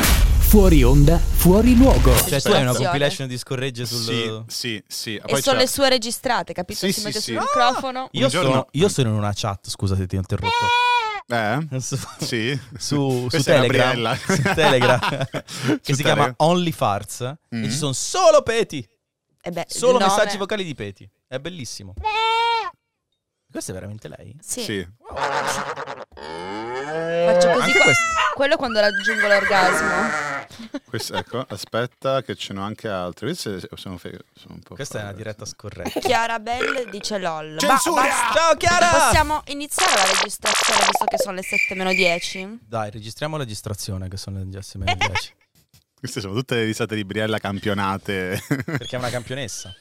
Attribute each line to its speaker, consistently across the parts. Speaker 1: Fuori onda, fuori luogo.
Speaker 2: Cioè, tu hai una
Speaker 3: Situazione.
Speaker 2: compilation di scorregge sul.
Speaker 4: Sì, sì, sì. Ah,
Speaker 3: E
Speaker 4: poi
Speaker 3: sono
Speaker 4: c'è-
Speaker 3: le sue registrate, capito?
Speaker 4: Sì,
Speaker 3: si
Speaker 4: sì,
Speaker 3: mette
Speaker 4: sì.
Speaker 3: sul microfono.
Speaker 2: Io,
Speaker 4: giorno-
Speaker 2: sono, io sono in una chat, scusa se ti ho interrotto.
Speaker 4: Eh?
Speaker 2: Su,
Speaker 4: Sì.
Speaker 2: su, su
Speaker 4: Questa è
Speaker 2: Telegram.
Speaker 4: Gabriella.
Speaker 2: Su Telegram.
Speaker 4: Su
Speaker 2: che si
Speaker 4: Telegram.
Speaker 2: chiama Only Farts. eh,
Speaker 4: Mm.
Speaker 2: E ci sono solo peti.
Speaker 3: Eh beh,
Speaker 2: Solo
Speaker 3: il nome-
Speaker 2: messaggi vocali di peti. È bellissimo. Questa è veramente lei?
Speaker 3: Sì.
Speaker 4: Sì.
Speaker 3: Faccio così
Speaker 2: Anche
Speaker 3: qua-
Speaker 2: questo.
Speaker 3: Quello quando raggiungo l'orgasmo.
Speaker 4: Questa- ecco, aspetta che ce n'ho anche altre. Queste sono, fe- sono un po'
Speaker 2: Questa è una
Speaker 4: fave.
Speaker 2: diretta scorretta.
Speaker 3: Chiara Bell dice LOL. Ba-
Speaker 4: Censura!
Speaker 3: basta.
Speaker 2: Ciao Chiara!
Speaker 3: Possiamo iniziare la registrazione visto che sono le 7 meno 10?
Speaker 2: Dai, registriamo la registrazione che sono le 10.10.
Speaker 4: Queste sono tutte le risate di Briella campionate.
Speaker 2: perché è una campionessa.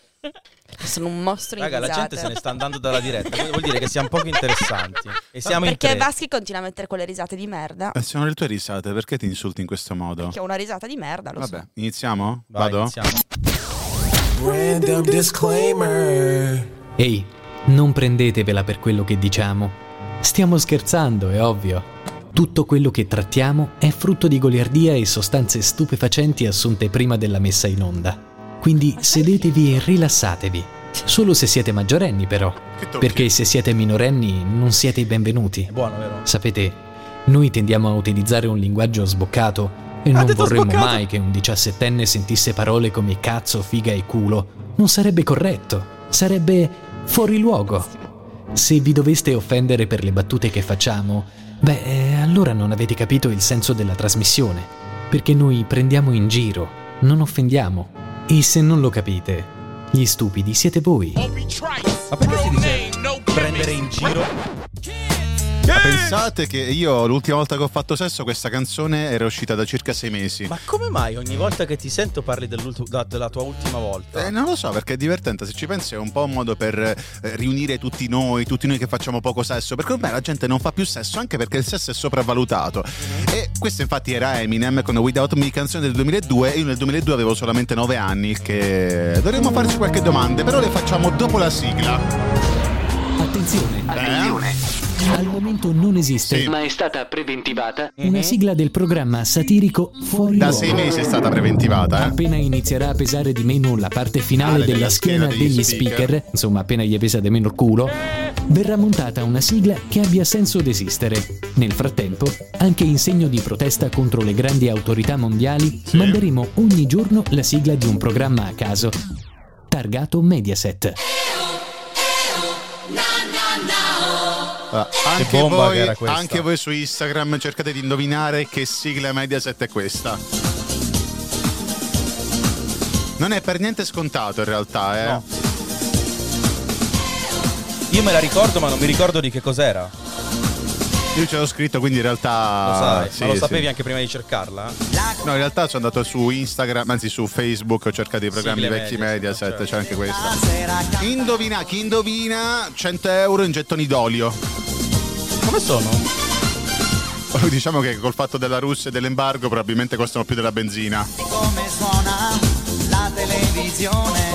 Speaker 3: Sono un mostro in
Speaker 2: Raga, la gente se ne sta andando dalla diretta. Vuol dire che siamo poco interessanti. E siamo in
Speaker 3: Perché
Speaker 2: tre.
Speaker 3: Vaschi continua a mettere quelle risate di merda.
Speaker 4: Eh, sono le tue risate, perché ti insulti in questo modo?
Speaker 3: Che è una risata di merda, lo
Speaker 4: Vabbè, iniziamo?
Speaker 2: Vai,
Speaker 4: Vado?
Speaker 2: iniziamo.
Speaker 5: Random disclaimer.
Speaker 1: Ehi, non prendetevela per quello che diciamo. Stiamo scherzando, è ovvio. Tutto quello che trattiamo è frutto di goliardia e sostanze stupefacenti assunte prima della messa in onda. Quindi sedetevi e rilassatevi. Solo se siete maggiorenni, però.
Speaker 4: Che tocchi? Eh!
Speaker 1: Perché se siete minorenni non siete i benvenuti.
Speaker 2: È buono, vero?
Speaker 1: Sapete, noi tendiamo a utilizzare un linguaggio sboccato e non
Speaker 2: detto
Speaker 1: vorremmo
Speaker 2: sboccato?
Speaker 1: mai che un diciassettenne sentisse parole come cazzo, figa e culo. Non sarebbe corretto, sarebbe fuori luogo. Se vi doveste offendere per le battute che facciamo, beh, eh, allora non avete capito il senso della trasmissione, perché noi prendiamo in giro, non offendiamo. E se non lo capite, gli stupidi siete voi.
Speaker 2: Ma perché si dice prendere in giro?
Speaker 4: Ma Pensate che io l'ultima volta che ho fatto sesso questa canzone era uscita da circa sei mesi.
Speaker 2: Ma come mai ogni volta che ti sento parli dell'ulti- da- della tua ultima volta?
Speaker 4: Eh, non lo so perché è divertente, se ci pensi è un po' un modo per eh, riunire tutti noi, tutti noi che facciamo poco sesso, perché ormai la gente non fa più sesso anche perché il sesso è sopravvalutato. E questo infatti era Eminem con Without Me, canzone del 2002, e io nel 2002 avevo solamente 9 anni, il che dovremmo farci qualche domanda, però le facciamo dopo la sigla. Eh?
Speaker 1: Attenzione,
Speaker 4: Attenzione.
Speaker 1: al momento non esiste
Speaker 4: Sì.
Speaker 6: ma è stata preventivata
Speaker 1: una sigla del programma satirico Fuori
Speaker 4: Mhm. Da
Speaker 1: Luogo.
Speaker 4: 6 mesi è stata preventivata, eh.
Speaker 1: Appena inizierà a pesare di meno la parte finale
Speaker 4: Finale
Speaker 1: della,
Speaker 4: della
Speaker 1: schiena,
Speaker 4: schiena degli
Speaker 1: degli
Speaker 4: speaker.
Speaker 1: speaker, insomma appena gli pesa di meno il culo, verrà montata una sigla che abbia senso d'esistere. Nel frattempo, anche in segno di protesta contro le grandi autorità mondiali,
Speaker 4: Sì.
Speaker 1: manderemo ogni giorno la sigla di un programma a caso. Targato Mediaset.
Speaker 4: Ah, anche,
Speaker 2: bomba
Speaker 4: voi,
Speaker 2: che era questa.
Speaker 4: anche voi su Instagram cercate di indovinare che sigla Mediaset è questa. Non è per niente scontato in realtà, eh.
Speaker 2: No. Io me la ricordo, ma non mi ricordo di che cos'era. Lo
Speaker 4: Io ce l'ho scritto, quindi in realtà.
Speaker 2: sai,
Speaker 4: Ah, sì,
Speaker 2: ma lo
Speaker 4: sì.
Speaker 2: sapevi anche prima di cercarla?
Speaker 4: No, in realtà sono andato su Instagram, anzi su Facebook, ho cercato i programmi
Speaker 2: Sigle
Speaker 4: vecchi
Speaker 2: Mediaset,
Speaker 4: Mediaset,
Speaker 2: certo.
Speaker 4: c'è anche questa. Indovina, chi indovina 100 euro in gettoni d'olio.
Speaker 2: Come sono?
Speaker 4: Diciamo che col fatto della Russia e dell'embargo probabilmente costano più della benzina.
Speaker 7: come suona la televisione,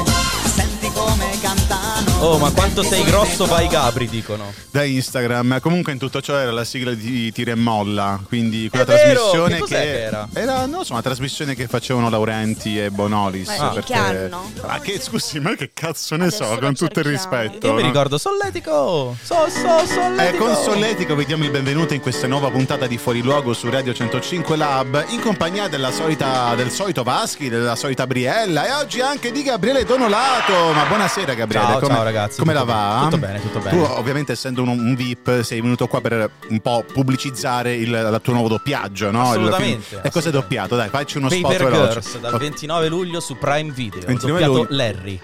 Speaker 7: senti come cantano.
Speaker 2: Oh, ma quanto sei grosso vai Gabri, dicono.
Speaker 4: da Instagram. Comunque in tutto ciò era la sigla di Tira e Molla, quindi quella
Speaker 2: È vero,
Speaker 4: trasmissione
Speaker 2: che
Speaker 4: che,
Speaker 2: cos'è che era?
Speaker 4: non lo so, una trasmissione che facevano Laurenti e Bonolis.
Speaker 3: Ma in che anno?
Speaker 4: Ma che scusi, ma che cazzo ne
Speaker 3: Adesso
Speaker 4: so,
Speaker 3: lo
Speaker 4: con tutto il
Speaker 3: cerchiamo.
Speaker 4: rispetto.
Speaker 2: Io mi
Speaker 4: no?
Speaker 2: ricordo Solletico! So, so,
Speaker 4: Eh,
Speaker 2: Solletico!
Speaker 4: con Solletico vi diamo il benvenuto in questa nuova puntata di Fuori Luogo su Radio 105 Lab in compagnia della solita, del solito Vaschi, della solita Briella e oggi anche di Gabriele Donolato. Ma buonasera Gabriele,
Speaker 2: Ciao,
Speaker 4: come,
Speaker 2: ciao, ragazzi.
Speaker 4: come la
Speaker 2: Tutto
Speaker 4: va?
Speaker 2: bene, tutto bene, tutto bene.
Speaker 4: Tu ovviamente essendo un, un VIP sei venuto qua per un po' pubblicizzare il, il tuo nuovo doppiaggio, no? Il film.
Speaker 2: Assolutamente,
Speaker 4: E cosa è
Speaker 2: assolutamente.
Speaker 4: doppiato? Dai, facci uno spot
Speaker 2: Paper
Speaker 4: veloce.
Speaker 2: Girls dal 29 luglio su Prime Video.
Speaker 4: 29
Speaker 2: Doppiato
Speaker 4: luglio.
Speaker 2: Larry.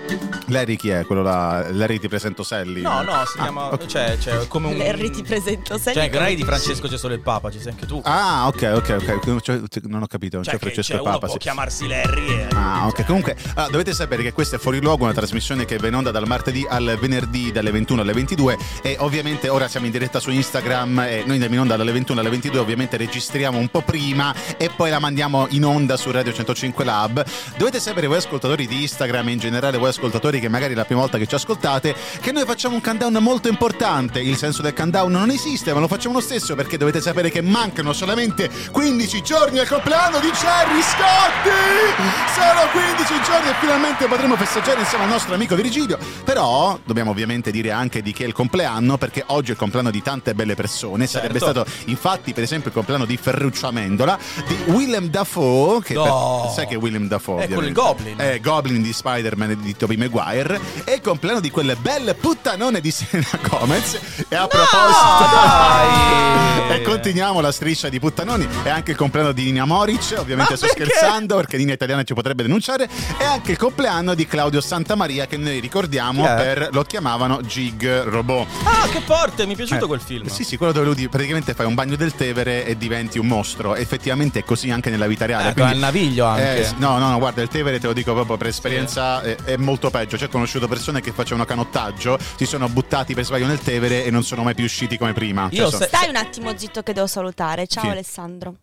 Speaker 4: Larry chi è? Quello là? Larry ti presento Sally?
Speaker 2: No, no, si
Speaker 4: Ah,
Speaker 2: chiama.
Speaker 4: ok.
Speaker 2: Cioè, cioè, come un.
Speaker 3: Larry ti presento Sally
Speaker 2: Cioè, che non è di Francesco c'è solo il Papa, ci sei anche tu.
Speaker 4: Ah, ok, ok, ok. Cioè, Non ho capito.
Speaker 2: cioè,
Speaker 4: c'è
Speaker 2: che,
Speaker 4: Francesco
Speaker 2: cioè,
Speaker 4: e
Speaker 2: uno
Speaker 4: Papa.
Speaker 2: può
Speaker 4: sì.
Speaker 2: chiamarsi Larry. E...
Speaker 4: Ah, ok. Comunque, allora, dovete sapere che questo è Fuori Luogo, una trasmissione che va in onda dal martedì al venerdì dalle 21 alle 22 e ovviamente ora siamo in diretta su Instagram e noi andiamo in onda dalle 21 alle 22 ovviamente registriamo un po' prima e poi la mandiamo in onda su Radio 105 Lab. Dovete sapere voi ascoltatori di Instagram e in generale voi ascoltatori che magari è la prima volta che ci ascoltate che noi facciamo un countdown molto importante. Il senso del countdown non esiste ma lo facciamo lo stesso perché dovete sapere che mancano solamente 15 giorni al compleanno di Jerry Scotti! Solo 15 giorni e finalmente potremo festeggiare insieme al nostro amico Virgilio. Però dobbiamo ovviamente dire anche di che è il compleanno, perché oggi è il compleanno di tante belle persone. Sarebbe
Speaker 2: Certo.
Speaker 4: stato infatti per esempio il compleanno di Ferruccio Amendola, di Willem Dafoe, che
Speaker 2: No.
Speaker 4: per- sai che è Willem Dafoe
Speaker 2: È quel
Speaker 4: ovviamente.
Speaker 2: Goblin.
Speaker 4: Eh, Goblin di Spider-Man e di Tobey Maguire, e il compleanno di quel bel puttanone di Selena Gomez. E a proposito...
Speaker 2: dai!
Speaker 4: e continuiamo la striscia di puttanoni, e anche il compleanno di Nina Moric, ovviamente
Speaker 2: Ma
Speaker 4: sto
Speaker 2: perché?
Speaker 4: scherzando perché Nina Italiana ci potrebbe denunciare, e anche il compleanno di Claudio Santamaria che noi ricordiamo
Speaker 2: Chi è?
Speaker 4: per, lo chiamavano Gig Robot.
Speaker 2: Ah, che forte! Mi è piaciuto
Speaker 4: Eh,
Speaker 2: quel film.
Speaker 4: Sì, sì, quello dove lui di- praticamente fai un bagno del Tevere e diventi un mostro. Effettivamente è così anche nella vita reale.
Speaker 2: Eh, con il naviglio anche.
Speaker 4: s- no, no, no, guarda, il Tevere te lo dico proprio per esperienza è, è molto peggio. Cioè, ho conosciuto persone che facevano canottaggio, si sono buttati per sbaglio nel Tevere e non sono mai più usciti come prima. Cioè,
Speaker 2: Io
Speaker 4: so-
Speaker 2: se-
Speaker 3: Stai un attimo zitto che devo salutare. Ciao
Speaker 4: Sì.
Speaker 3: Alessandro.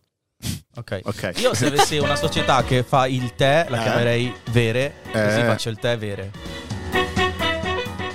Speaker 2: Ok.
Speaker 4: Ok.
Speaker 2: Io se avessi una società che fa il tè, la
Speaker 4: Eh.
Speaker 2: chiamerei Vere. Così
Speaker 4: Eh.
Speaker 2: faccio il tè Vere.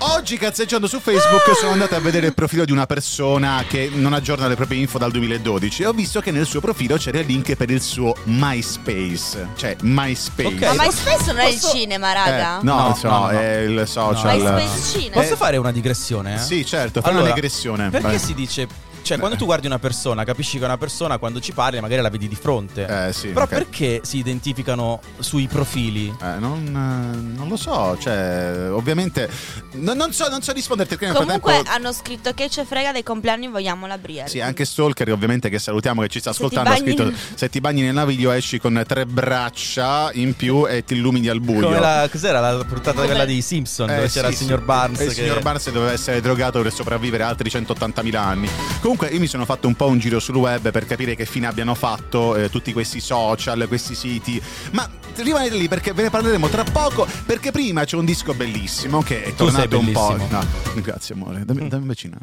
Speaker 4: Oggi cazzeggiando su Facebook sono andato a vedere il profilo di una persona che non aggiorna le proprie info dal 2012 e ho visto che nel suo profilo c'era il link per il suo MySpace, cioè MySpace.
Speaker 2: Ok.
Speaker 3: Ma
Speaker 2: Eh,
Speaker 3: MySpace non è il
Speaker 2: posso-
Speaker 3: cinema,
Speaker 4: Eh,
Speaker 3: raga.
Speaker 4: no,
Speaker 2: No,
Speaker 4: insomma,
Speaker 2: no, no.
Speaker 4: è Oh, il social.
Speaker 2: No.
Speaker 3: MySpace Cine.
Speaker 2: Posso fare una digressione? eh?
Speaker 4: Sì, certo, fai una
Speaker 2: Allora,
Speaker 4: regressione.
Speaker 2: Perché
Speaker 4: Eh.
Speaker 2: si dice... Cioè, quando tu guardi una persona, capisci che è una persona, quando ci parli, magari la vedi di fronte.
Speaker 4: Eh, sì,
Speaker 2: Però
Speaker 4: ok.
Speaker 2: perché si identificano sui profili?
Speaker 4: Eh, non, eh, non lo so, cioè, ovviamente. no- non, so, non so risponderti perché nel
Speaker 3: Comunque
Speaker 4: frattempo.
Speaker 3: hanno scritto che ce frega dei compleanni, vogliamo la Briere.
Speaker 4: Sì, anche Stalker, ovviamente, che salutiamo, che ci sta
Speaker 3: Se
Speaker 4: ascoltando. Ha
Speaker 3: ti bagni
Speaker 4: scritto:
Speaker 3: nel-
Speaker 4: Se ti bagni nel naviglio, esci con tre braccia in più e ti illumini al buio.
Speaker 2: Come la, cos'era la puntata
Speaker 3: Come-
Speaker 2: quella dei Simpson
Speaker 4: Eh,
Speaker 2: dove
Speaker 4: sì,
Speaker 2: c'era il
Speaker 4: sì.
Speaker 2: signor Barnes?
Speaker 4: E il
Speaker 2: che-
Speaker 4: signor Barnes doveva essere drogato per sopravvivere altri 180.000 anni. Comunque, io mi sono fatto un po' un giro sul web per capire che fine abbiano fatto eh, tutti questi social, questi siti. Ma rimanete lì perché ve ne parleremo tra poco. Perché prima c'è un disco bellissimo che è
Speaker 2: Tu sei
Speaker 4: tornato un po'.
Speaker 2: bellissimo.
Speaker 4: No, grazie, amore. Dammi, dammi un bacino.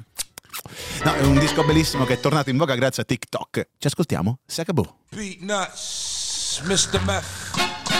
Speaker 4: No, è un disco bellissimo che è tornato in voga grazie a TikTok. Ci ascoltiamo? Sacaboo.
Speaker 5: Beat nuts, Mr. Meth.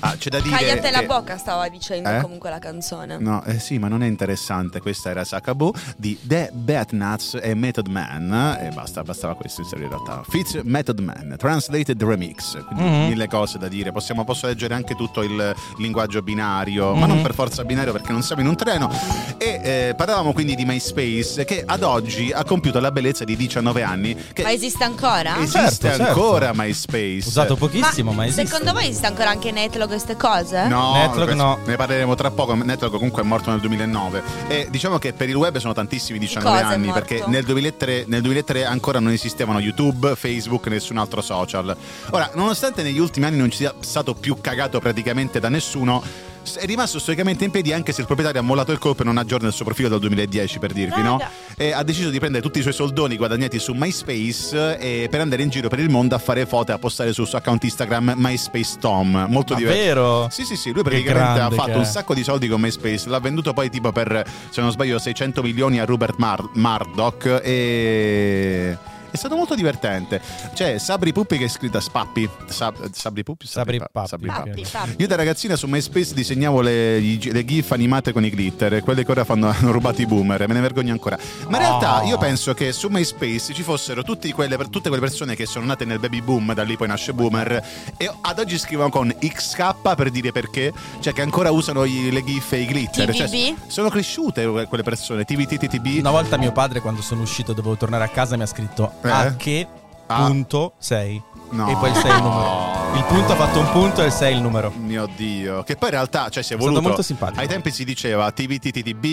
Speaker 4: Ah, c'è da dire.
Speaker 3: Cagliate la
Speaker 4: che-
Speaker 3: bocca, stava dicendo
Speaker 4: Eh?
Speaker 3: comunque la canzone.
Speaker 4: No, eh sì, ma non è interessante. Questa era Sakabu di The Batnuts e Method Man. E basta, bastava questo in serio in realtà. Fitz Method Man, Translated Remix. Quindi
Speaker 2: Mhm.
Speaker 4: mille cose da dire. Possiamo, posso leggere anche tutto il linguaggio binario, ma non per forza binario perché non siamo in un treno. E eh, parlavamo quindi di MySpace che ad oggi ha compiuto la bellezza di 19 anni. Che
Speaker 3: Ma esiste ancora?
Speaker 4: esiste
Speaker 2: Certo, certo.
Speaker 4: ancora MySpace.
Speaker 2: Usato pochissimo, ma, esiste.
Speaker 3: secondo voi esiste ancora anche Netlo queste cose?
Speaker 4: No,
Speaker 2: Netlog
Speaker 4: questo-
Speaker 2: no.
Speaker 4: ne parleremo tra poco. Network comunque è morto nel 2009 e diciamo che per il web sono tantissimi 19
Speaker 3: Cosa è
Speaker 4: anni
Speaker 3: morto?
Speaker 4: perché nel 2003, nel 2003 ancora non esistevano YouTube, Facebook, nessun altro social. Ora, nonostante negli ultimi anni non ci sia stato più cagato praticamente da nessuno, s- è rimasto storicamente in piedi anche se il proprietario ha mollato il colpo e non aggiorna il suo profilo dal 2010 per dirvi, no?
Speaker 3: Raga.
Speaker 4: E ha deciso di prendere tutti i suoi soldoni guadagnati su MySpace eh, per andare in giro per il mondo a fare foto e a postare sul suo account Instagram MySpace Tom. Molto diverso.
Speaker 2: Davvero?
Speaker 4: Sì, sì, sì, lui
Speaker 2: Che
Speaker 4: praticamente ha
Speaker 2: grande
Speaker 4: fatto
Speaker 2: che è.
Speaker 4: un sacco di soldi con MySpace, l'ha venduto poi tipo per, se non sbaglio, 600 milioni a Rupert Mar- Murdoch e... È stato molto divertente. Cioè, Sabri Puppi che è scritta Spappi. Sab- Sabri Puppi? o
Speaker 2: Sabri
Speaker 4: Pa-
Speaker 2: Pappi.
Speaker 4: Sabri Pappi.
Speaker 3: Pappi, pappi.
Speaker 4: Io da ragazzina su MySpace disegnavo le, gli- le gif animate con i glitter, e quelle che ora fanno, hanno rubato i boomer, me ne vergogno ancora. Ma in realtà
Speaker 2: Oh.
Speaker 4: io penso che su MySpace ci fossero tutti quelle- tutte quelle persone che sono nate nel baby boom, da lì poi nasce boomer, e ad oggi scrivono con XK per dire perché, cioè che ancora usano i- le gif e i glitter. Cioè,
Speaker 3: TVB?
Speaker 4: sono cresciute quelle persone, TVTTB.
Speaker 2: Una volta mio padre, quando sono uscito e dovevo tornare a casa, mi ha scritto
Speaker 4: Eh?
Speaker 2: a che
Speaker 4: Ah.
Speaker 2: punto sei.
Speaker 4: No.
Speaker 2: E poi il 6 è il numero. Il punto ha fatto un punto e il 6 è il numero.
Speaker 4: Mio Dio, che poi in realtà, cioè, si è
Speaker 2: È stato
Speaker 4: voluto.
Speaker 2: molto simpatico.
Speaker 4: Ai tempi si diceva TVTTTB,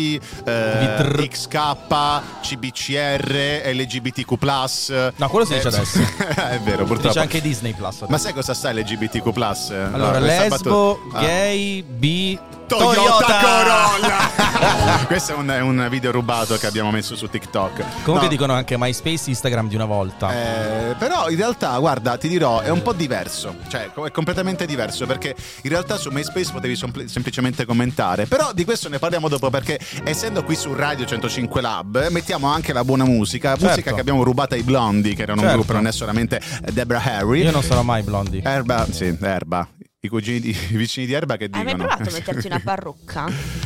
Speaker 4: eh,
Speaker 2: TVTR.
Speaker 4: XK, CBCR, LGBTQ.
Speaker 2: No, quello si dice
Speaker 4: Eh,
Speaker 2: adesso.
Speaker 4: è vero,
Speaker 2: Si Dice
Speaker 4: purtroppo.
Speaker 2: anche Disney Plus.
Speaker 4: Ma sai cosa sta LGBTQ?
Speaker 2: allora,
Speaker 4: Ah, questa
Speaker 2: lesbo,
Speaker 4: battuta- Ah,
Speaker 2: gay, bi,
Speaker 4: Toyota,
Speaker 2: Toyota!
Speaker 4: Corolla. Questo è un, è un video rubato che abbiamo messo su TikTok.
Speaker 2: Comunque
Speaker 4: No,
Speaker 2: dicono anche MySpace, Instagram di una volta.
Speaker 4: eh, però in realtà, guarda, ti dirò, è un po' diverso, cioè co- è completamente diverso perché in realtà su MySpace potevi sempl- semplicemente commentare, però di questo ne parliamo dopo perché essendo qui su Radio 105 Lab eh, mettiamo anche la buona musica, musica
Speaker 2: Certo.
Speaker 4: che abbiamo rubato ai Blondi, che erano un
Speaker 2: Certo.
Speaker 4: gruppo, non è solamente Deborah Harry.
Speaker 2: Io non sarò mai blondi.
Speaker 4: Erba, sì, Erba. I cugini di- i vicini di Erba che
Speaker 3: Hai
Speaker 4: dicono.
Speaker 3: mai provato a metterti una parrucca?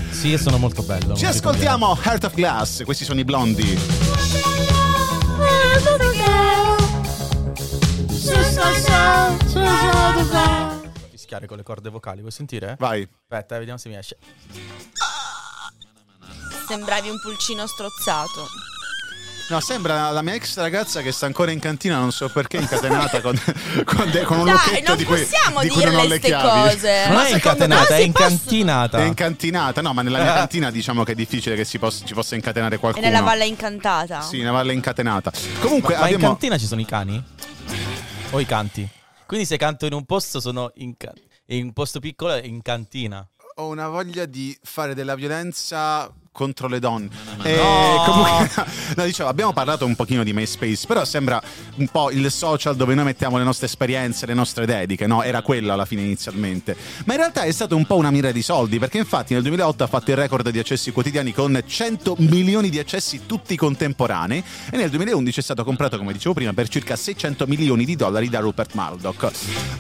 Speaker 2: Sì, io sono molto bello.
Speaker 4: Ci ascoltiamo Heart of Glass, questi sono i blondi.
Speaker 2: Fischiare con le corde vocali, vuoi sentire?
Speaker 4: Vai.
Speaker 2: Aspetta, eh, vediamo se mi esce.
Speaker 3: Sembravi un pulcino strozzato.
Speaker 4: No, sembra la mia ex ragazza che sta ancora in cantina, non so perché, incatenata con, con, de- con un
Speaker 3: Dai,
Speaker 4: lucchetto
Speaker 3: non
Speaker 4: di cui,
Speaker 3: possiamo
Speaker 4: di cui non ho
Speaker 3: dirle
Speaker 4: le
Speaker 3: queste
Speaker 4: chiavi.
Speaker 3: cose.
Speaker 2: non è
Speaker 3: secondo-
Speaker 2: incatenata, è
Speaker 3: Ah, si possono-
Speaker 4: È
Speaker 2: incantinata.
Speaker 4: incantinata, no, ma nella mia
Speaker 2: Eh.
Speaker 4: cantina diciamo che è difficile che si possa- ci possa incatenare
Speaker 3: È
Speaker 4: qualcuno.
Speaker 3: nella Valle Incantata.
Speaker 4: Sì, una valle incatenata. Comunque
Speaker 2: Ma in
Speaker 4: abbiamo...
Speaker 2: cantina ci sono i cani? O i canti? Quindi se canto in un posto sono in, ca- in un posto piccolo e in cantina.
Speaker 4: Ho una voglia di fare della violenza contro le donne. Eh,
Speaker 2: no.
Speaker 4: comunque, no, dicevo, abbiamo parlato un pochino di MySpace, però sembra un po' il social dove noi mettiamo le nostre esperienze, le nostre dediche, no? Era quello alla fine inizialmente. Ma in realtà è stata un po' una mira di soldi, perché infatti nel 2008 ha fatto il record di accessi quotidiani con 100 milioni di accessi tutti contemporanei e nel 2011 è stato comprato, come dicevo prima, per circa 600 milioni di dollari da Rupert Murdoch.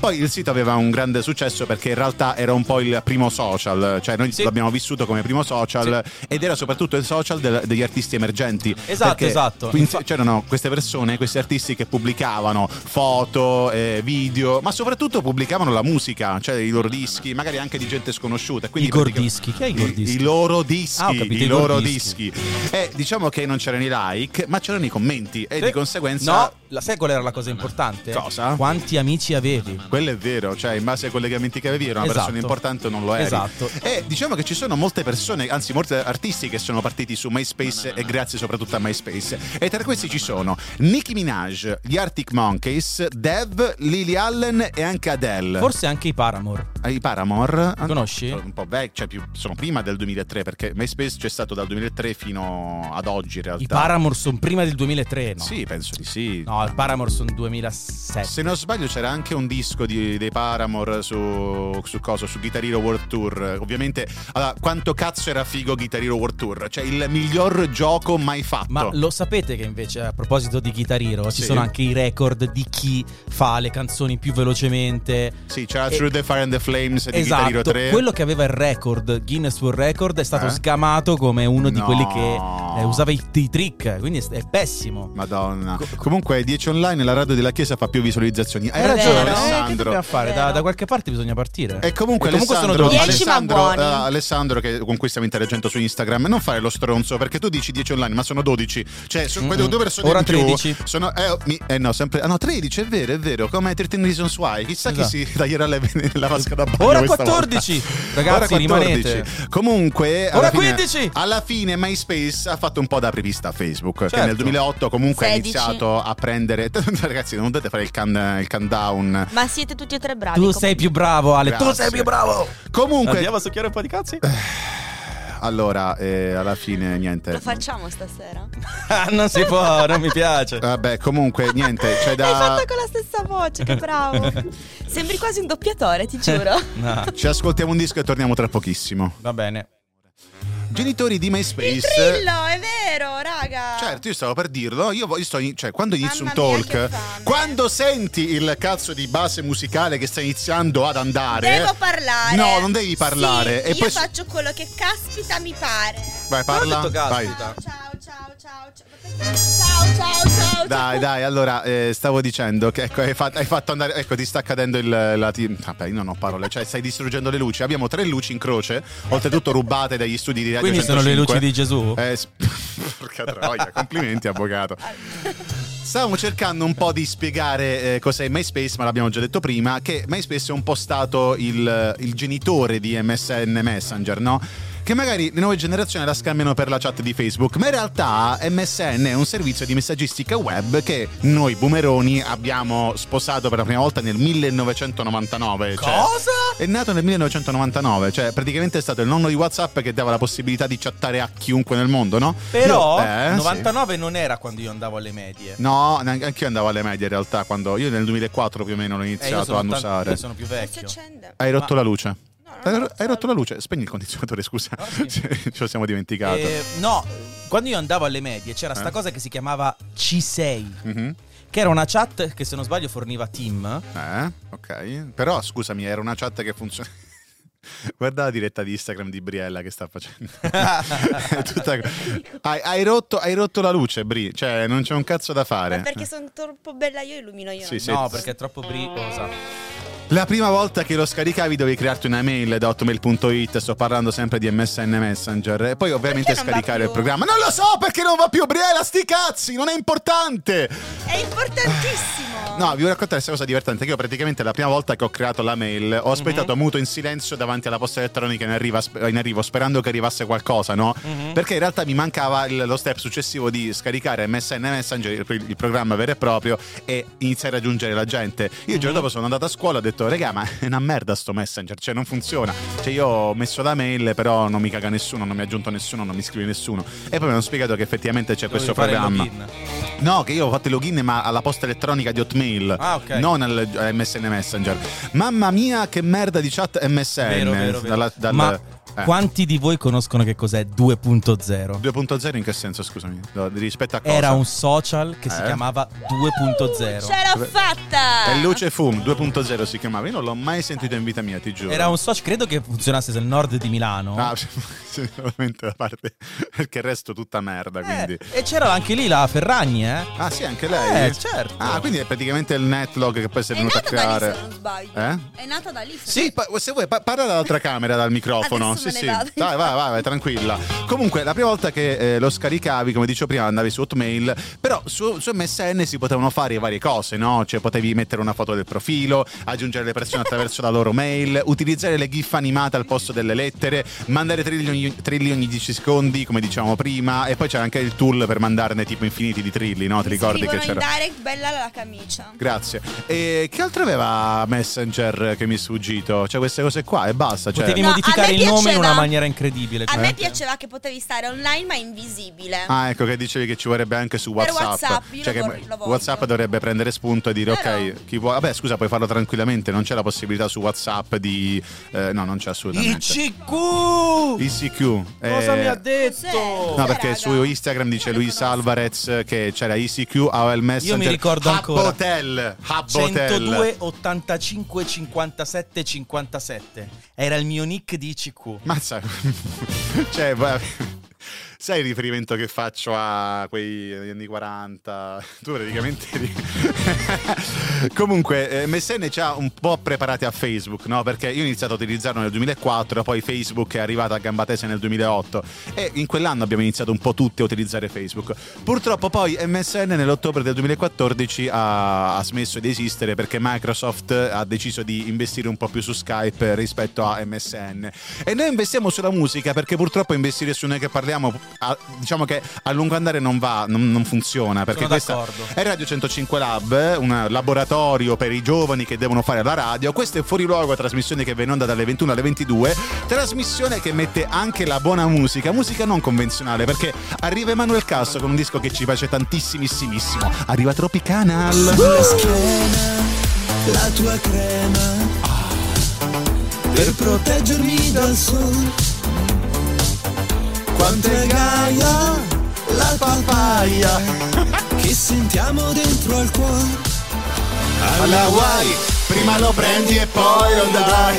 Speaker 4: Poi il sito aveva un grande successo perché in realtà era un po' il primo social, cioè noi
Speaker 2: Sì.
Speaker 4: l'abbiamo vissuto come primo social ed era soprattutto il social del- degli artisti emergenti.
Speaker 2: Esatto,
Speaker 4: Perché
Speaker 2: esatto.
Speaker 4: qui in-
Speaker 2: Infa-
Speaker 4: c'erano queste persone, questi artisti che pubblicavano foto, eh, video, ma soprattutto pubblicavano la musica, cioè i loro dischi, magari anche di gente sconosciuta. Quindi
Speaker 2: I gordischi.
Speaker 4: praticamente-
Speaker 2: Chi è i gordischi?
Speaker 4: I loro dischi,
Speaker 2: Ah, ho capito,
Speaker 4: i
Speaker 2: i
Speaker 4: loro dischi.
Speaker 2: gordischi.
Speaker 4: E diciamo che non c'erano i like, ma c'erano i commenti e
Speaker 2: Sì.
Speaker 4: di conseguenza
Speaker 2: No, la sai qual era la cosa importante?
Speaker 4: Cosa?
Speaker 2: Quanti amici avevi?
Speaker 4: Quello è vero, cioè in base ai collegamenti che avevi era una
Speaker 2: Esatto.
Speaker 4: persona importante o non lo eri.
Speaker 2: Esatto.
Speaker 4: E diciamo che ci sono molte persone, anzi molti artisti che sono partiti su MySpace e grazie soprattutto a MySpace. E tra questi ci sono Nicki Minaj, gli Arctic Monkeys, Dev, Lily Allen e anche Adele.
Speaker 2: Forse anche i Paramore.
Speaker 4: Eh, I Paramore.
Speaker 2: Conosci?
Speaker 4: Sono un po' vecchi, cioè più, sono prima del 2003 perché MySpace c'è stato dal 2003 fino ad oggi in realtà.
Speaker 2: I Paramore sono prima del 2003, no?
Speaker 4: Sì, penso di sì.
Speaker 2: No, i Paramore sono 2007.
Speaker 4: Se non sbaglio c'era anche un disco di- dei Paramore su, su cosa? Su Guitar Hero World Tour. Ovviamente, allora, quanto cazzo era figo Guitar Hero World Tour? Cioè il miglior gioco mai fatto.
Speaker 2: Ma lo sapete che invece a proposito di Guitar Hero ci
Speaker 4: Certo. Sì.
Speaker 2: sono anche i record di chi fa le canzoni più velocemente.
Speaker 4: Sì, c'era
Speaker 2: Eh,
Speaker 4: Through the Fire and the Flames di Guitar Hero
Speaker 2: Esatto,
Speaker 4: 3.
Speaker 2: quello che aveva il record Guinness World Record è stato
Speaker 4: Eh?
Speaker 2: sgamato come uno di
Speaker 4: No.
Speaker 2: quelli che eh, usava i, i trick, quindi è, è pessimo.
Speaker 4: Madonna.
Speaker 2: Co-
Speaker 4: Comunque 10 online la radio della chiesa fa più visualizzazioni. Hai
Speaker 3: È
Speaker 4: ragione
Speaker 3: vero. Eh,
Speaker 2: che
Speaker 4: Alessandro.
Speaker 2: dobbiamo fare? Da, da qualche parte bisogna partire.
Speaker 4: Eh, E comunque,
Speaker 2: E comunque sono
Speaker 4: Alessandro,
Speaker 3: 12.
Speaker 4: Alessandro,
Speaker 3: Dieci ma buoni.
Speaker 4: eh, Alessandro che, con cui stiamo interagendo su Instagram, non fare lo stronzo perché tu dici 10 online, ma sono 12. Cioè, sono quelle
Speaker 2: Mm-mm.
Speaker 4: due persone
Speaker 2: Ora
Speaker 4: in più.
Speaker 2: 13.
Speaker 4: Sono, eh, mi- eh, no, sempre. Ah, no, 13, è vero, è vero. Come 13 Reasons Why. Chissà
Speaker 2: Esatto.
Speaker 4: chi si taglierà le vene nella vasca da bagno.
Speaker 2: Ora
Speaker 4: questa volta.
Speaker 2: 14! Ragazzi,
Speaker 4: Ora 14.
Speaker 2: rimanete.
Speaker 4: Comunque, alla
Speaker 2: Ora
Speaker 4: fine-
Speaker 2: 15.
Speaker 4: alla fine MySpace ha fatto un po' da apripista a Facebook. Che
Speaker 2: Certo.
Speaker 4: nel 2008 comunque ha
Speaker 3: 16.
Speaker 4: iniziato a prendere. Ragazzi, non dovete fare il, can, il countdown.
Speaker 3: Ma siete tutti e tre bravi.
Speaker 2: Tu
Speaker 3: comunque.
Speaker 2: sei più bravo, Ale. Tu
Speaker 4: Grazie.
Speaker 2: sei più bravo.
Speaker 4: Comunque,
Speaker 2: Andiamo a succhiare un po' di cazzi?
Speaker 4: Allora, eh, alla fine niente.
Speaker 3: Lo facciamo stasera?
Speaker 2: Ah, non si può, non mi piace.
Speaker 4: Vabbè, comunque niente, c'è
Speaker 3: L'hai
Speaker 4: da
Speaker 3: fatta con la stessa voce, che bravo. Sembri quasi un doppiatore, ti giuro.
Speaker 2: No,
Speaker 4: ci ascoltiamo un disco e torniamo tra pochissimo.
Speaker 2: va bene.
Speaker 4: Genitori di
Speaker 3: Il
Speaker 4: MySpace.
Speaker 3: trillo, è vero, raga.
Speaker 4: Certo, io stavo per dirlo, io voglio- sto in- cioè, quando inizio
Speaker 3: Mamma
Speaker 4: un
Speaker 3: mia,
Speaker 4: talk,
Speaker 3: che fame.
Speaker 4: quando senti il cazzo di base musicale che sta iniziando ad andare,
Speaker 3: Devo parlare.
Speaker 4: No, non devi parlare.
Speaker 3: Sì,
Speaker 4: e
Speaker 3: io
Speaker 4: poi
Speaker 3: faccio quello che caspita mi pare.
Speaker 4: vai, parla.
Speaker 2: Non ho detto
Speaker 4: Vai.
Speaker 2: caspita.
Speaker 3: Ciao, ciao, ciao, ciao. Ciao, ciao, ciao.
Speaker 4: Dai, dai, allora eh, stavo dicendo che ecco, hai, fatto, hai fatto andare. Ecco, ti sta cadendo il. La ti- Vabbè, io non ho parole, cioè stai distruggendo le luci. Abbiamo tre luci in croce, oltretutto rubate dagli studi di Radio
Speaker 2: Quindi sono le
Speaker 4: 105.
Speaker 2: luci di Gesù?
Speaker 4: Eh, s- porca troia, complimenti, avvocato. Stavamo cercando un po' di spiegare eh, cos'è MySpace, ma l'abbiamo già detto prima, che MySpace è un po' stato il, il genitore di MSN Messenger, no? che magari le nuove generazioni la scambiano per la chat di Facebook, ma in realtà MSN è un servizio di messaggistica web che noi boomeroni abbiamo sposato per la prima volta nel 1999. cioè-
Speaker 2: Cosa?
Speaker 4: è nato nel 1999, cioè praticamente è stato il nonno di WhatsApp che dava la possibilità di chattare a chiunque nel mondo, no?
Speaker 2: Però
Speaker 4: Eh, sì.
Speaker 2: 99 non era quando io andavo alle medie.
Speaker 4: No, neanche anch'io andavo alle medie in realtà, quando io nel 2004 più o meno l'ho
Speaker 2: Eh, io
Speaker 4: iniziato
Speaker 2: sono
Speaker 4: a
Speaker 2: tan-
Speaker 4: usare.
Speaker 2: io sono più
Speaker 3: Non si
Speaker 2: vecchio.
Speaker 3: accende.
Speaker 4: Hai rotto
Speaker 2: Ma-
Speaker 4: la luce.
Speaker 3: No, non
Speaker 4: Hai,
Speaker 3: ho
Speaker 4: hai rotto la luce, spegni il condizionatore, scusa.
Speaker 2: Ah, sì.
Speaker 4: Ce lo siamo dimenticato.
Speaker 2: Eh, no, quando io andavo alle medie c'era sta
Speaker 4: Eh.
Speaker 2: cosa che si chiamava C6,
Speaker 4: Mhm.
Speaker 2: che era una chat che se non sbaglio forniva Team.
Speaker 4: Eh, ok. Però scusami, era una chat che funziona. Guarda la diretta di Instagram di Briella che sta facendo. È tutta- hai, hai rotto, hai rotto la luce, Bri. Cioè, non c'è un cazzo da fare.
Speaker 3: Ma perché sono troppo bella io illumino io.
Speaker 4: eh, Sì,
Speaker 3: no?
Speaker 4: sì.
Speaker 2: No, perché è troppo bricosa.
Speaker 4: La prima volta che lo scaricavi dovevi crearti una mail da hotmail.it, sto parlando sempre di MSN Messenger, e poi ovviamente
Speaker 3: Perché non va
Speaker 4: scaricare il
Speaker 3: più?
Speaker 4: programma. Non lo so perché non va più, Briella, sti cazzi, non è importante!
Speaker 3: È importantissimo.
Speaker 4: No, vi voglio raccontare questa cosa divertente, che io praticamente la prima volta che ho creato la mail
Speaker 2: Mhm.
Speaker 4: ho aspettato muto in silenzio davanti alla posta elettronica in, arriva- in arrivo, sperando che arrivasse qualcosa, no?
Speaker 2: Mhm.
Speaker 4: Perché in realtà mi mancava il- lo step successivo di scaricare MSN Messenger, il, il programma vero e proprio, e iniziare a raggiungere la gente. Io il
Speaker 2: Mhm.
Speaker 4: giorno dopo sono andato a scuola e ho detto, regà, ma è una merda sto Messenger, cioè non funziona. Cioè io ho messo la mail, però non mi caga nessuno, non mi ha aggiunto nessuno, non mi scrive nessuno. E poi mi hanno spiegato che effettivamente c'è questo
Speaker 2: Dovevi fare il
Speaker 4: programma.
Speaker 2: login.
Speaker 4: No, che io ho fatto il login ma alla posta elettronica di Hotmail,
Speaker 2: Ah, ok.
Speaker 4: non al a MSN Messenger. Mamma mia, che merda di chat MSN.
Speaker 2: Vero, vero, vero.
Speaker 4: Eh, Dalla- dal-
Speaker 2: Ma
Speaker 4: eh.
Speaker 2: quanti di voi conoscono che cos'è 2.0?
Speaker 4: 2.0 in che senso, scusami? No, rispetto a cosa?
Speaker 2: Era un social che si
Speaker 4: Eh.
Speaker 2: chiamava
Speaker 3: Uh,
Speaker 2: 2.0.
Speaker 3: Ce l'ho fatta!
Speaker 4: È Luce Fum 2.0 si chiamava, io non l'ho mai sentito in vita mia, ti giuro.
Speaker 2: Era un social, credo che funzionasse nel nord di Milano.
Speaker 4: Ah, sicuramente la parte perché il resto tutta merda, quindi.
Speaker 2: Eh, e c'era anche lì la Ferragni, eh?
Speaker 4: Ah, sì, anche lei.
Speaker 2: Eh, certo.
Speaker 4: Ah, quindi è praticamente il netlog che poi si è
Speaker 3: È
Speaker 4: venuto a
Speaker 3: nata da lì,
Speaker 4: creare.
Speaker 3: se non sbaglio.
Speaker 4: Eh?
Speaker 3: È nata da lì. se
Speaker 4: Sì, pa- se vuoi pa- parla dall'altra camera, dal microfono.
Speaker 3: Adesso
Speaker 4: Sì,
Speaker 3: me ne
Speaker 4: sì. Dai,
Speaker 3: vado.
Speaker 4: vai, vai, vai, tranquilla. Comunque, la prima volta che eh, lo scaricavi, come dicevo prima, andavi su Hotmail, però su, su MSN si potevano fare varie cose, no? Cioè, potevi mettere una foto del profilo, aggiungere le persone attraverso la loro mail, utilizzare le GIF animate al posto delle lettere, mandare trilli ogni, trilli ogni 10 secondi, come dicevamo prima, e poi c'era anche il tool per mandarne tipo infiniti di trilli, no? Ti
Speaker 3: Mi
Speaker 4: ricordi che
Speaker 3: scrivono
Speaker 4: c'era?
Speaker 3: in direct bella la camicia.
Speaker 4: Grazie. E che altro aveva Messenger che mi è sfuggito? Cioè queste cose qua e basta. Cioè...
Speaker 2: Potevi
Speaker 3: No,
Speaker 2: modificare
Speaker 3: a me
Speaker 2: il nome in una
Speaker 3: piaceva-
Speaker 2: maniera incredibile.
Speaker 3: A
Speaker 2: cioè.
Speaker 3: me piaceva che potevi stare online ma invisibile.
Speaker 4: eh. Ah, ecco che dicevi che ci vorrebbe anche su
Speaker 3: Per
Speaker 4: WhatsApp.
Speaker 3: WhatsApp, io
Speaker 4: cioè
Speaker 3: lo
Speaker 4: che
Speaker 3: vorrei- lo voglio. Eh,
Speaker 4: WhatsApp dovrebbe prendere spunto e dire
Speaker 3: Però-
Speaker 4: ok, chi vuole... Vabbè, scusa, puoi farlo tranquillamente, non c'è la possibilità su WhatsApp di eh, no, non c'è assolutamente.
Speaker 2: ICQ! Cosa
Speaker 4: ICQ.
Speaker 2: mi ha
Speaker 3: Cos'è?
Speaker 2: detto?
Speaker 4: eh, No,
Speaker 3: Cos'è,
Speaker 4: perché
Speaker 3: raga?
Speaker 4: su Instagram dice
Speaker 3: Io le
Speaker 4: Luis
Speaker 3: conosco.
Speaker 4: Alvarez che c'era ICQ, AOL Messenger.
Speaker 2: mi ricordo
Speaker 4: Hub
Speaker 2: ancora.
Speaker 4: Hotel, Hub Hotel.
Speaker 2: 102 85 57 57 era il mio nick di ICQ.
Speaker 4: Mazza, cioè, va- sai il riferimento che faccio a quei degli anni 40? Tu praticamente. ri- Comunque, eh, MSN ci ha un po' preparati a Facebook, no? Perché io ho iniziato a utilizzarlo nel 2004, poi Facebook è arrivato a gamba tesa nel 2008 e in quell'anno abbiamo iniziato un po' tutti a utilizzare Facebook. Purtroppo poi MSN nell'ottobre del 2014 ha, ha smesso di esistere perché Microsoft ha deciso di investire un po' più su Skype rispetto a MSN. E noi investiamo sulla musica perché purtroppo investire su noi che parliamo, a- diciamo che a lungo andare non va, non, non funziona. Perché
Speaker 2: Sono
Speaker 4: questa
Speaker 2: d'accordo.
Speaker 4: è Radio 105 Lab, un laboratorio per i giovani che devono fare la radio. Questa è Fuori Luogo, trasmissione che va in onda dalle 21 alle 22. Trasmissione che mette anche la buona musica, musica non convenzionale, perché arriva Emanuel Casso con un disco che ci piace tantissimissimissimo. Arriva Tropicanal.
Speaker 6: la tua crema per proteggermi dal sole. Quanto è gaia la papaya che sentiamo dentro al cuore.
Speaker 4: Alla Hawaii, prima lo prendi e poi lo dai.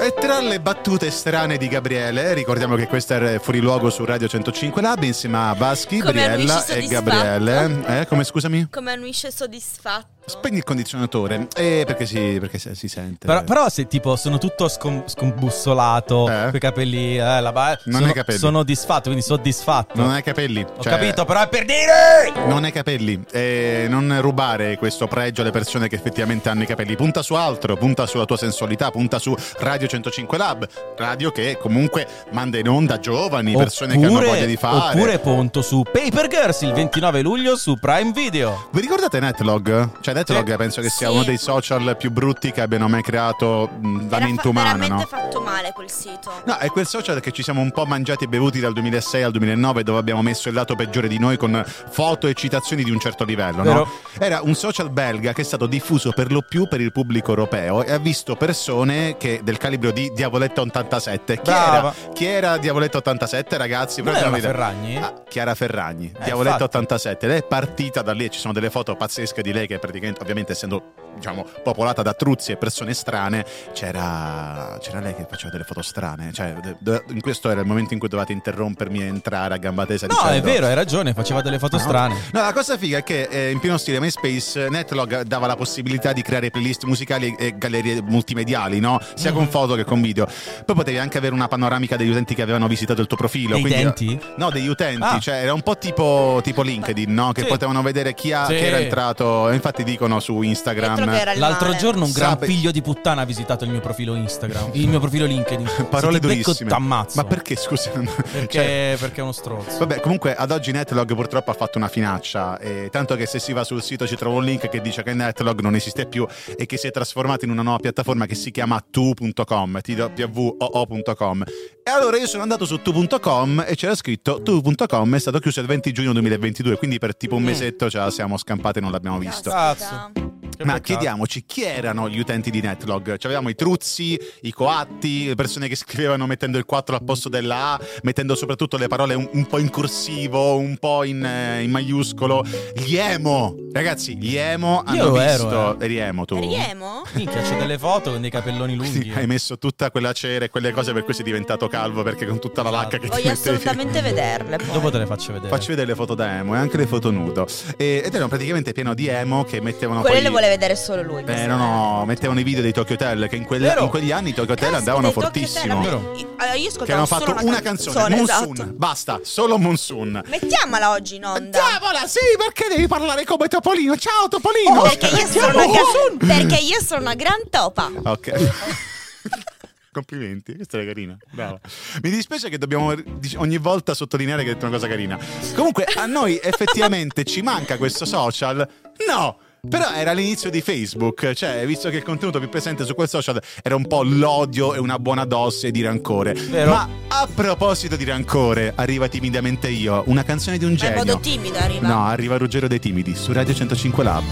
Speaker 4: E tra le battute strane di Gabriele, ricordiamo che questa è Fuori Luogo su Radio 105 Lab insieme a Baschi,
Speaker 3: Come
Speaker 4: Briella
Speaker 3: amici
Speaker 4: e
Speaker 3: soddisfatto.
Speaker 4: Gabriele. Eh, come scusami?
Speaker 3: Come annuisce soddisfatto.
Speaker 4: Spegni il condizionatore. Eh, perché si, perché se- si sente.
Speaker 2: Però, però se tipo sono tutto scom- scombussolato,
Speaker 4: Eh?
Speaker 2: coi capelli, eh, la ba-
Speaker 4: Non
Speaker 2: sono,
Speaker 4: hai capelli.
Speaker 2: sono disfatto, quindi soddisfatto.
Speaker 4: Non hai capelli.
Speaker 2: Ho
Speaker 4: cioè-
Speaker 2: capito, però è per dire!
Speaker 4: Non hai capelli. Eh, non rubare questo pregio alle persone che effettivamente hanno i capelli. Punta su altro, punta sulla tua sensualità, punta su Radio 105 Lab, radio che comunque manda in onda giovani, persone che hanno voglia di fare.
Speaker 2: Oppure punto su Paper Girls il 29 luglio su Prime Video.
Speaker 4: Vi ricordate Netlog? Cioè Netlog
Speaker 2: Sì.
Speaker 4: penso che sia
Speaker 3: Sì.
Speaker 4: uno dei social più brutti che abbiano mai creato mh, la
Speaker 3: Era fa-
Speaker 4: mente umana,
Speaker 3: veramente
Speaker 4: no?
Speaker 3: fatto male quel sito.
Speaker 4: No, è quel social che ci siamo un po' mangiati e bevuti dal 2006 al 2009 dove abbiamo messo il lato peggiore di noi con foto e citazioni di un certo livello, no?
Speaker 2: Vero?
Speaker 4: Era un social belga che è stato diffuso per lo più per il pubblico europeo e ha visto persone che del calibro di Diavoletta 87. Chi era,
Speaker 2: Brava.
Speaker 4: chi era Diavoletta 87, ragazzi?
Speaker 2: Non
Speaker 4: Proprio
Speaker 2: era una
Speaker 4: una vita-
Speaker 2: Ferragni? Eh,
Speaker 4: Ah, Chiara Ferragni, Diavoletta
Speaker 2: infatti.
Speaker 4: 87. Lei è partita da lì, ci sono delle foto pazzesche di lei che praticamente, ovviamente essendo diciamo popolata da truzzi e persone strane, c'era, c'era lei che faceva delle foto strane. Cioè, de- de- in questo era il momento in cui dovevate interrompermi e entrare a gamba tesa.
Speaker 2: No,
Speaker 4: dicendo-
Speaker 2: è vero, hai ragione, faceva delle foto
Speaker 4: Ah, No.
Speaker 2: strane.
Speaker 4: No, la cosa figa è che eh, in pieno stile MySpace eh, Netlog dava la possibilità di creare playlist musicali e gallerie multimediali, no? Sia
Speaker 2: Mm-hmm.
Speaker 4: con foto che con video. Poi potevi anche avere una panoramica degli utenti che avevano visitato il tuo profilo.
Speaker 2: Dei
Speaker 4: quindi- eh,
Speaker 2: denti?
Speaker 4: No, degli utenti,
Speaker 2: Ah.
Speaker 4: cioè era un po' tipo, tipo LinkedIn, no? Che
Speaker 2: Sì.
Speaker 4: potevano vedere chi, ha-
Speaker 2: Sì.
Speaker 4: chi era entrato. Infatti dicono su
Speaker 3: Pietro che
Speaker 4: Instagram.
Speaker 3: era il
Speaker 2: L'altro
Speaker 3: male.
Speaker 2: giorno un gran
Speaker 4: Sape-
Speaker 2: figlio di puttana ha visitato il mio profilo Instagram, il mio profilo LinkedIn.
Speaker 4: Parole
Speaker 2: Se ti becco,
Speaker 4: durissime.
Speaker 2: t'ammazzo.
Speaker 4: Ma perché scusa?
Speaker 2: Perché,
Speaker 4: Cioè,
Speaker 2: perché è uno strozzo.
Speaker 4: Vabbè, comunque ad oggi Netlog purtroppo ha fatto una finaccia, eh, tanto che se si va sul sito ci trova un link che dice che Netlog non esiste più e che si è trasformata in una nuova piattaforma che si chiama tu.com, twoo.com. E allora io sono andato su tu.com e c'era scritto tu.com è stato chiuso il 20 giugno 2022, quindi per tipo un
Speaker 2: Mm.
Speaker 4: mesetto ce la siamo scampate e non l'abbiamo visto.
Speaker 3: Caspita.
Speaker 2: Cazzo. Che
Speaker 4: Ma
Speaker 2: peccato.
Speaker 4: chiediamoci chi erano gli utenti di Netlog? Cioè, avevamo i truzzi, i coatti, le persone che scrivevano mettendo il 4 al posto della A, mettendo soprattutto le parole un, un po' in corsivo, un po' in, eh, in maiuscolo. Gli emo! Ragazzi, gli emo hanno
Speaker 2: lo ero,
Speaker 4: visto. Eri emo tu?
Speaker 3: Riemo?
Speaker 2: Minchia, c'ho delle foto con dei capelloni
Speaker 4: Quindi
Speaker 2: lunghi.
Speaker 4: hai messo tutta quella cera e quelle cose per cui sei diventato calvo perché con tutta la lacca che ti
Speaker 3: Voglio
Speaker 4: mettevi.
Speaker 3: assolutamente vederle. poi.
Speaker 2: Dopo te le faccio vedere.
Speaker 4: Faccio vedere le foto da emo e anche le foto nudo. E- ed erano praticamente pieno di emo che mettevano
Speaker 3: Quelle
Speaker 4: poi-
Speaker 3: le vuole vedere solo lui.
Speaker 4: Eh no, no, mettevano i video dei Tokyo Hotel che in, quella-
Speaker 2: Vero.
Speaker 4: in quegli anni i Tokyo Hotel
Speaker 3: Caspita,
Speaker 4: andavano
Speaker 3: i Tokyo
Speaker 4: fortissimo.
Speaker 3: Hotel,
Speaker 2: Vero.
Speaker 3: i- allora, Io ascoltavo
Speaker 4: Che hanno
Speaker 3: solo
Speaker 4: fatto una canzone, Monsoon,
Speaker 3: esatto.
Speaker 4: basta, solo Monsoon.
Speaker 3: Mettiamola oggi in onda.
Speaker 4: Diavola, sì, perché devi parlare come Topolino? Ciao Topolino!
Speaker 3: perché, io sono una gran, perché io sono una gran
Speaker 4: Eh,
Speaker 3: topa.
Speaker 4: Ok. Complimenti, questa era carina. Brava. Mi dispiace che dobbiamo dic- ogni volta sottolineare che hai detto una cosa carina. Comunque, a noi effettivamente ci manca questo social? No! Però era l'inizio di Facebook, cioè, visto che il contenuto più presente su quel social era un po' l'odio e una buona dose di rancore.
Speaker 2: Vero.
Speaker 4: Ma a proposito di rancore, arriva timidamente io, una canzone di un
Speaker 3: Ma in
Speaker 4: genio.
Speaker 3: modo timido arriva.
Speaker 4: No, arriva Ruggero dei Timidi su Radio 105 Lab.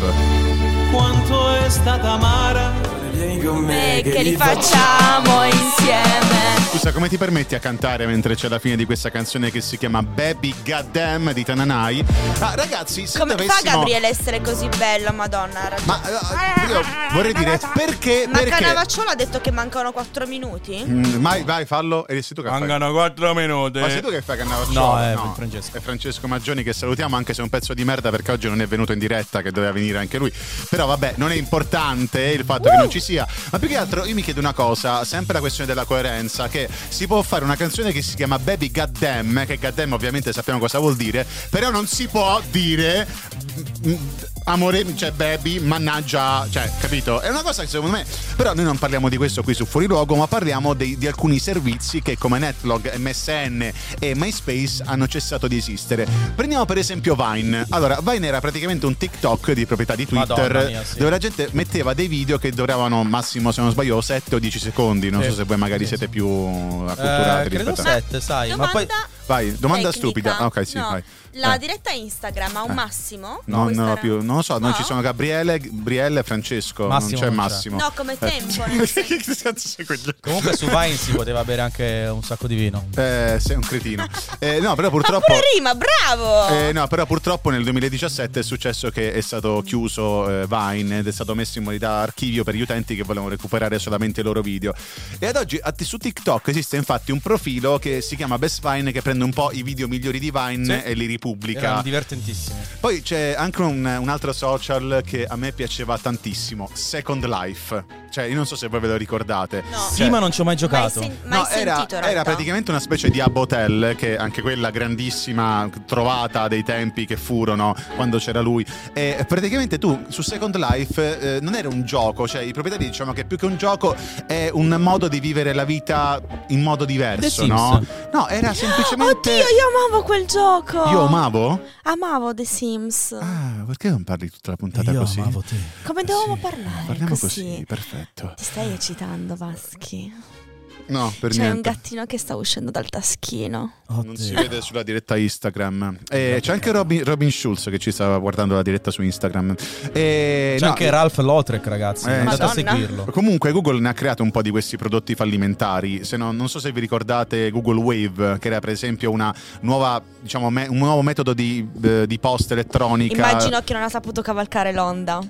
Speaker 6: Quanto è stata amara Vieni con
Speaker 3: Eh, che li facciamo insieme.
Speaker 4: Scusa, come ti permetti a cantare mentre c'è la fine di questa canzone che si chiama Baby Goddamn di Tananai? Ah, ragazzi, se
Speaker 3: Come fa
Speaker 4: dovessimo-
Speaker 3: Gabriele a essere così bello, Madonna? ha ragione.
Speaker 4: Ma eh, io vorrei dire perché
Speaker 3: Ma
Speaker 4: perché
Speaker 3: Canavacciolo ha detto che mancano 4 minuti?
Speaker 4: Mm, Vai, vai, fallo e sei tu che fai.
Speaker 2: Mancano 4 minuti.
Speaker 4: Ma sei tu che fai Cannavacciolo?
Speaker 2: No, eh, è Francesco.
Speaker 4: È Francesco Maggioni che salutiamo anche se è un pezzo di merda perché oggi non è venuto in diretta che doveva venire anche lui. Però vabbè, non è importante il fatto che non ci sia. Ma più che altro io mi chiedo una cosa, sempre la questione della coerenza, che si può fare una canzone che si chiama Baby Goddamn, che Goddamn ovviamente sappiamo cosa vuol dire, però non si può dire... mm, mm, Amore, cioè baby, mannaggia, cioè, capito? È una cosa che secondo me. Però noi non parliamo di questo qui su Fuori Luogo, ma parliamo dei- di alcuni servizi che come Netlog, MSN e MySpace hanno cessato di esistere. Prendiamo per esempio Vine. Allora, Vine era praticamente un TikTok di proprietà di Twitter,
Speaker 2: Madonna mia, sì.
Speaker 4: dove la gente metteva dei video che duravano massimo, se non sbaglio, 7 o 10 secondi. Non
Speaker 2: Sì.
Speaker 4: so se voi magari
Speaker 2: Sì,
Speaker 4: siete
Speaker 2: sì.
Speaker 4: più acculturati
Speaker 2: Eh, credo
Speaker 4: rispetto
Speaker 2: 7,
Speaker 4: a.
Speaker 2: sai. Ma poi.
Speaker 4: Vai, domanda
Speaker 3: tecnica.
Speaker 4: stupida. Ah, ok, sì,
Speaker 3: No,
Speaker 4: vai.
Speaker 3: La
Speaker 4: Eh.
Speaker 3: diretta Instagram ha un
Speaker 4: Eh.
Speaker 3: massimo?
Speaker 4: No,
Speaker 3: Questa
Speaker 4: no,
Speaker 3: era-
Speaker 4: più, non lo so, non
Speaker 3: No?
Speaker 4: ci sono Gabriele, Brielle e Francesco,
Speaker 2: Massimo
Speaker 4: non
Speaker 2: non
Speaker 4: c'è
Speaker 2: c'è.
Speaker 4: Massimo.
Speaker 3: No, come tempo,
Speaker 4: Eh,
Speaker 3: nel senso.
Speaker 4: che senso sei quello?
Speaker 2: Comunque su Vine si poteva bere anche un sacco di vino.
Speaker 4: Eh, sei un cretino. Eh, no, però
Speaker 3: Ma
Speaker 4: purtroppo...
Speaker 3: pure rima, bravo!
Speaker 4: Eh, no, però purtroppo nel 2017 è successo che è stato chiuso eh, Vine ed è stato messo in modalità archivio per gli utenti che volevano recuperare solamente i loro video. E ad oggi a- su TikTok esiste infatti un profilo che si chiama Best Vine che prende prende un po' i video migliori di Vine
Speaker 2: Sì.
Speaker 4: e li
Speaker 2: Erano
Speaker 4: ripubblica.
Speaker 2: divertentissimi.
Speaker 4: Poi c'è anche un, un altro social che a me piaceva tantissimo, Second Life. Cioè, io non so se voi ve lo ricordate.
Speaker 3: No.
Speaker 2: Sì,
Speaker 4: Cioè-
Speaker 2: ma non ci ho mai
Speaker 3: Mai,
Speaker 2: giocato.
Speaker 3: sen- mai
Speaker 4: no, era,
Speaker 3: sentito in realtà.
Speaker 4: era praticamente una specie di Abba Hotel, che anche quella grandissima trovata dei tempi che furono quando c'era lui. E praticamente tu su Second Life eh, non era un gioco, cioè i proprietari dicevano che più che un gioco è un modo di vivere la vita in modo diverso,
Speaker 2: The
Speaker 4: no?
Speaker 2: Sims.
Speaker 4: No, era semplicemente.
Speaker 3: Oddio, io amavo quel gioco.
Speaker 4: Io amavo?
Speaker 3: Amavo The Sims.
Speaker 4: Ah, perché non parli tutta la puntata
Speaker 2: Io
Speaker 4: così?
Speaker 2: amavo te.
Speaker 3: Come dovevamo parlare?
Speaker 4: Parliamo così, perfetto.
Speaker 3: Ti stai eccitando, Vaschi.
Speaker 4: No, per
Speaker 3: C'è un
Speaker 4: niente.
Speaker 3: gattino che sta uscendo dal taschino.
Speaker 2: Oh,
Speaker 4: Non
Speaker 2: te.
Speaker 4: si vede sulla diretta Instagram. Eh, c'è anche Robin, Robin Schulz che ci stava guardando la diretta su Instagram. Eh,
Speaker 2: C'è
Speaker 4: no,
Speaker 2: anche Ralph Lautrec, ragazzi.
Speaker 4: Eh,
Speaker 2: Andate a
Speaker 3: Madonna.
Speaker 2: seguirlo.
Speaker 4: Comunque Google ne ha creato un po' di questi prodotti fallimentari, se no- non so se vi ricordate Google Wave, che era per esempio una nuova, diciamo, me- un nuovo metodo di, eh, di posta elettronica.
Speaker 3: Immagino che non ha saputo cavalcare l'onda.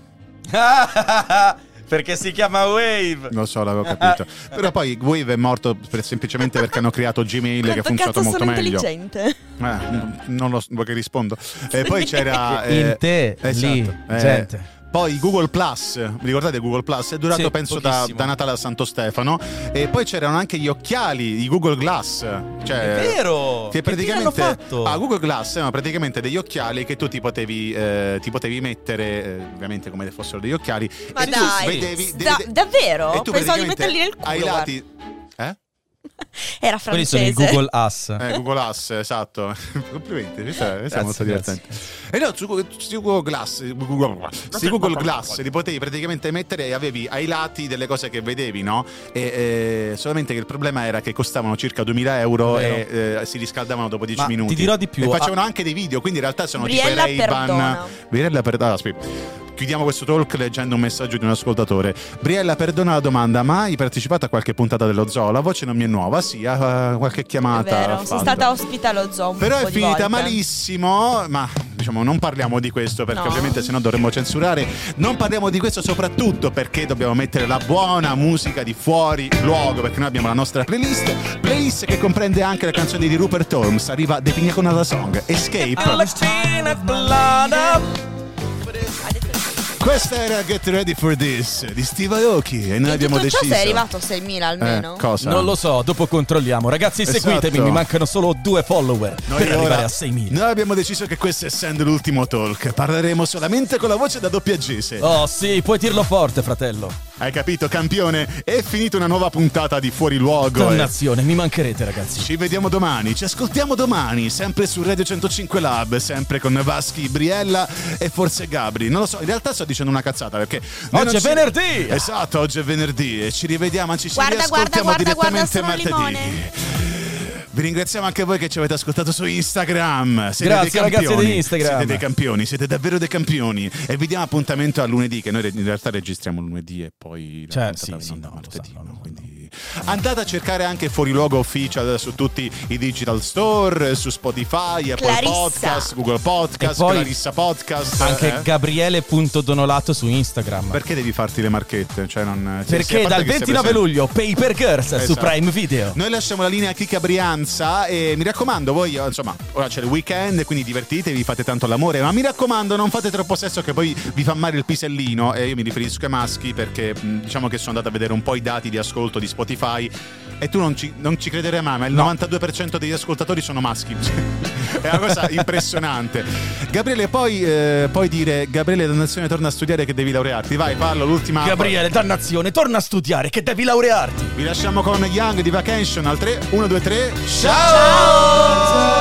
Speaker 2: Perché si chiama Wave.
Speaker 4: Lo so, l'avevo
Speaker 3: Eh,
Speaker 4: capito. Però poi Wave è morto per- semplicemente perché hanno creato Gmail che ha
Speaker 3: Quanto
Speaker 4: funzionato
Speaker 3: cazzo
Speaker 4: molto
Speaker 3: sono
Speaker 4: meglio.
Speaker 3: intelligente.
Speaker 4: Eh, n- non lo so, vuoi che rispondo. E poi c'era... eh,
Speaker 2: In te,
Speaker 4: esatto,
Speaker 2: lì,
Speaker 4: eh,
Speaker 2: gente.
Speaker 4: Poi Google Plus, vi ricordate Google Plus? È durato
Speaker 2: Sì,
Speaker 4: penso da,
Speaker 2: pochissimo.
Speaker 4: da Natale a Santo Stefano. E poi c'erano anche gli occhiali di Google Glass. Cioè,
Speaker 2: È vero! fine
Speaker 4: Che praticamente
Speaker 2: hanno fatto?
Speaker 4: Ah, Google Glass erano praticamente degli occhiali che tu ti potevi, eh, ti potevi mettere, eh, ovviamente come fossero degli occhiali.
Speaker 3: Ma
Speaker 4: e tu
Speaker 3: dai,
Speaker 4: vedevi,
Speaker 3: da- davvero?
Speaker 4: e tu
Speaker 3: Pensavo di
Speaker 4: praticamente
Speaker 3: metterli nel culo,
Speaker 4: Ai
Speaker 3: guarda.
Speaker 4: lati. Eh?
Speaker 3: Era
Speaker 2: Quelli
Speaker 3: francese.
Speaker 2: sono i Google Ass.
Speaker 4: Eh, Google Glass, esatto. Complimenti, questo è, questo
Speaker 2: Grazie,
Speaker 4: è
Speaker 2: grazie.
Speaker 4: molto divertente. E no, su, su Google Glass, Google, su Google Glass li potevi praticamente mettere e avevi ai lati delle cose che vedevi, no? E, eh, solamente che il problema era che costavano circa 2000 euro e
Speaker 2: Vero.
Speaker 4: eh, si riscaldavano dopo 10
Speaker 2: Ma
Speaker 4: minuti.
Speaker 2: ti dirò di più,
Speaker 4: E
Speaker 2: ah-
Speaker 4: facevano anche dei video, quindi in realtà sono
Speaker 3: Briella
Speaker 4: tipo i Ray-Ban.
Speaker 3: perdona.
Speaker 4: Briella Perdona, aspetta. Chiudiamo questo talk leggendo un messaggio di un ascoltatore. Briella perdona la domanda, ma hai partecipato a qualche puntata dello zoo? La voce non mi è nuova, sì, a a qualche
Speaker 3: È
Speaker 4: chiamata.
Speaker 3: vero,
Speaker 4: ha
Speaker 3: sono
Speaker 4: fatto.
Speaker 3: stata ospite allo zoo. un
Speaker 4: Però
Speaker 3: po'
Speaker 4: è
Speaker 3: di volte.
Speaker 4: finita malissimo, ma diciamo non parliamo di questo perché
Speaker 3: No.
Speaker 4: ovviamente sennò dovremmo censurare. Non parliamo di questo soprattutto perché dobbiamo mettere la buona musica di fuori luogo perché noi abbiamo la nostra playlist, playlist che comprende anche le canzoni di Rupert Holmes, arriva The Pignaconata Song, Escape. Questa era Get Ready for This di Steve Aoki e noi
Speaker 3: In
Speaker 4: abbiamo
Speaker 3: tutto ciò
Speaker 4: deciso
Speaker 3: sei arrivato a 6.000 almeno.
Speaker 4: eh, cosa?
Speaker 2: Non lo so, dopo controlliamo. Ragazzi,
Speaker 4: Esatto.
Speaker 2: seguitemi, mi mancano solo due follower per
Speaker 4: ora-
Speaker 2: arrivare a 6.000.
Speaker 4: Noi abbiamo deciso che questo essendo l'ultimo talk, parleremo solamente con la voce da doppiaggese.
Speaker 2: Oh sì, puoi dirlo forte, fratello.
Speaker 4: Hai capito, campione? È finita una nuova puntata di Fuori Luogo. eh.
Speaker 2: Dannazione, mi mancherete, ragazzi.
Speaker 4: Ci vediamo domani, ci ascoltiamo domani, sempre su Radio 105 Lab, sempre con Vaschi, Briella e forse Gabri. Non lo so, in realtà sto dicendo una cazzata perché. noi
Speaker 2: Oggi
Speaker 4: non
Speaker 2: è venerdì!
Speaker 4: Esatto, oggi è venerdì e ci rivediamo, anzi ci
Speaker 3: Guarda,
Speaker 4: riascoltiamo
Speaker 3: guarda, guarda,
Speaker 4: direttamente
Speaker 3: guarda, sono il
Speaker 4: martedì. Vi ringraziamo anche voi che ci avete ascoltato su Instagram. Siete
Speaker 2: Grazie,
Speaker 4: dei
Speaker 2: ragazzi
Speaker 4: campioni.
Speaker 2: di Instagram.
Speaker 4: Siete dei campioni, siete davvero dei campioni. E vi diamo appuntamento a lunedì, che noi re- in realtà registriamo lunedì e poi la
Speaker 2: Cioè,
Speaker 4: puntata
Speaker 2: sì,
Speaker 4: va in
Speaker 2: sì,
Speaker 4: onda
Speaker 2: no, lo
Speaker 4: martedì,
Speaker 2: sanno,
Speaker 4: no?
Speaker 2: no,
Speaker 4: Quindi andate a cercare anche Fuori Luogo Official su tutti i digital store, su Spotify, Apple
Speaker 3: Clarissa.
Speaker 4: Podcast, Google Podcast,
Speaker 2: E poi
Speaker 4: Clarissa Podcast.
Speaker 2: Anche
Speaker 4: eh?
Speaker 2: Gabriele.donolato su Instagram.
Speaker 4: Perché devi farti le marchette? Cioè non... sì, sì, a
Speaker 2: Perché
Speaker 4: parte
Speaker 2: dal
Speaker 4: che sei
Speaker 2: 29
Speaker 4: presente-
Speaker 2: luglio Paper Girls su
Speaker 4: Esatto.
Speaker 2: Prime Video.
Speaker 4: Noi lasciamo la linea a Chica Brianza e mi raccomando, voi eh, insomma, ora c'è il weekend, quindi divertitevi, fate tanto l'amore, ma mi raccomando, non fate troppo sesso che poi vi fa male il pisellino e io mi riferisco ai maschi perché mh, diciamo che sono andato a vedere un po' i dati di ascolto di Spotify e tu non ci, non ci crederai mai, ma il 92% degli ascoltatori sono maschi. È una cosa impressionante. Gabriele, poi, eh, puoi dire Gabriele Dannazione torna a studiare che devi laurearti. Vai, fallo, l'ultima.
Speaker 2: Gabriele, dannazione, torna a studiare che devi laurearti.
Speaker 4: Vi lasciamo con Young di Vacation al 3 1 2 3.
Speaker 2: Ciao!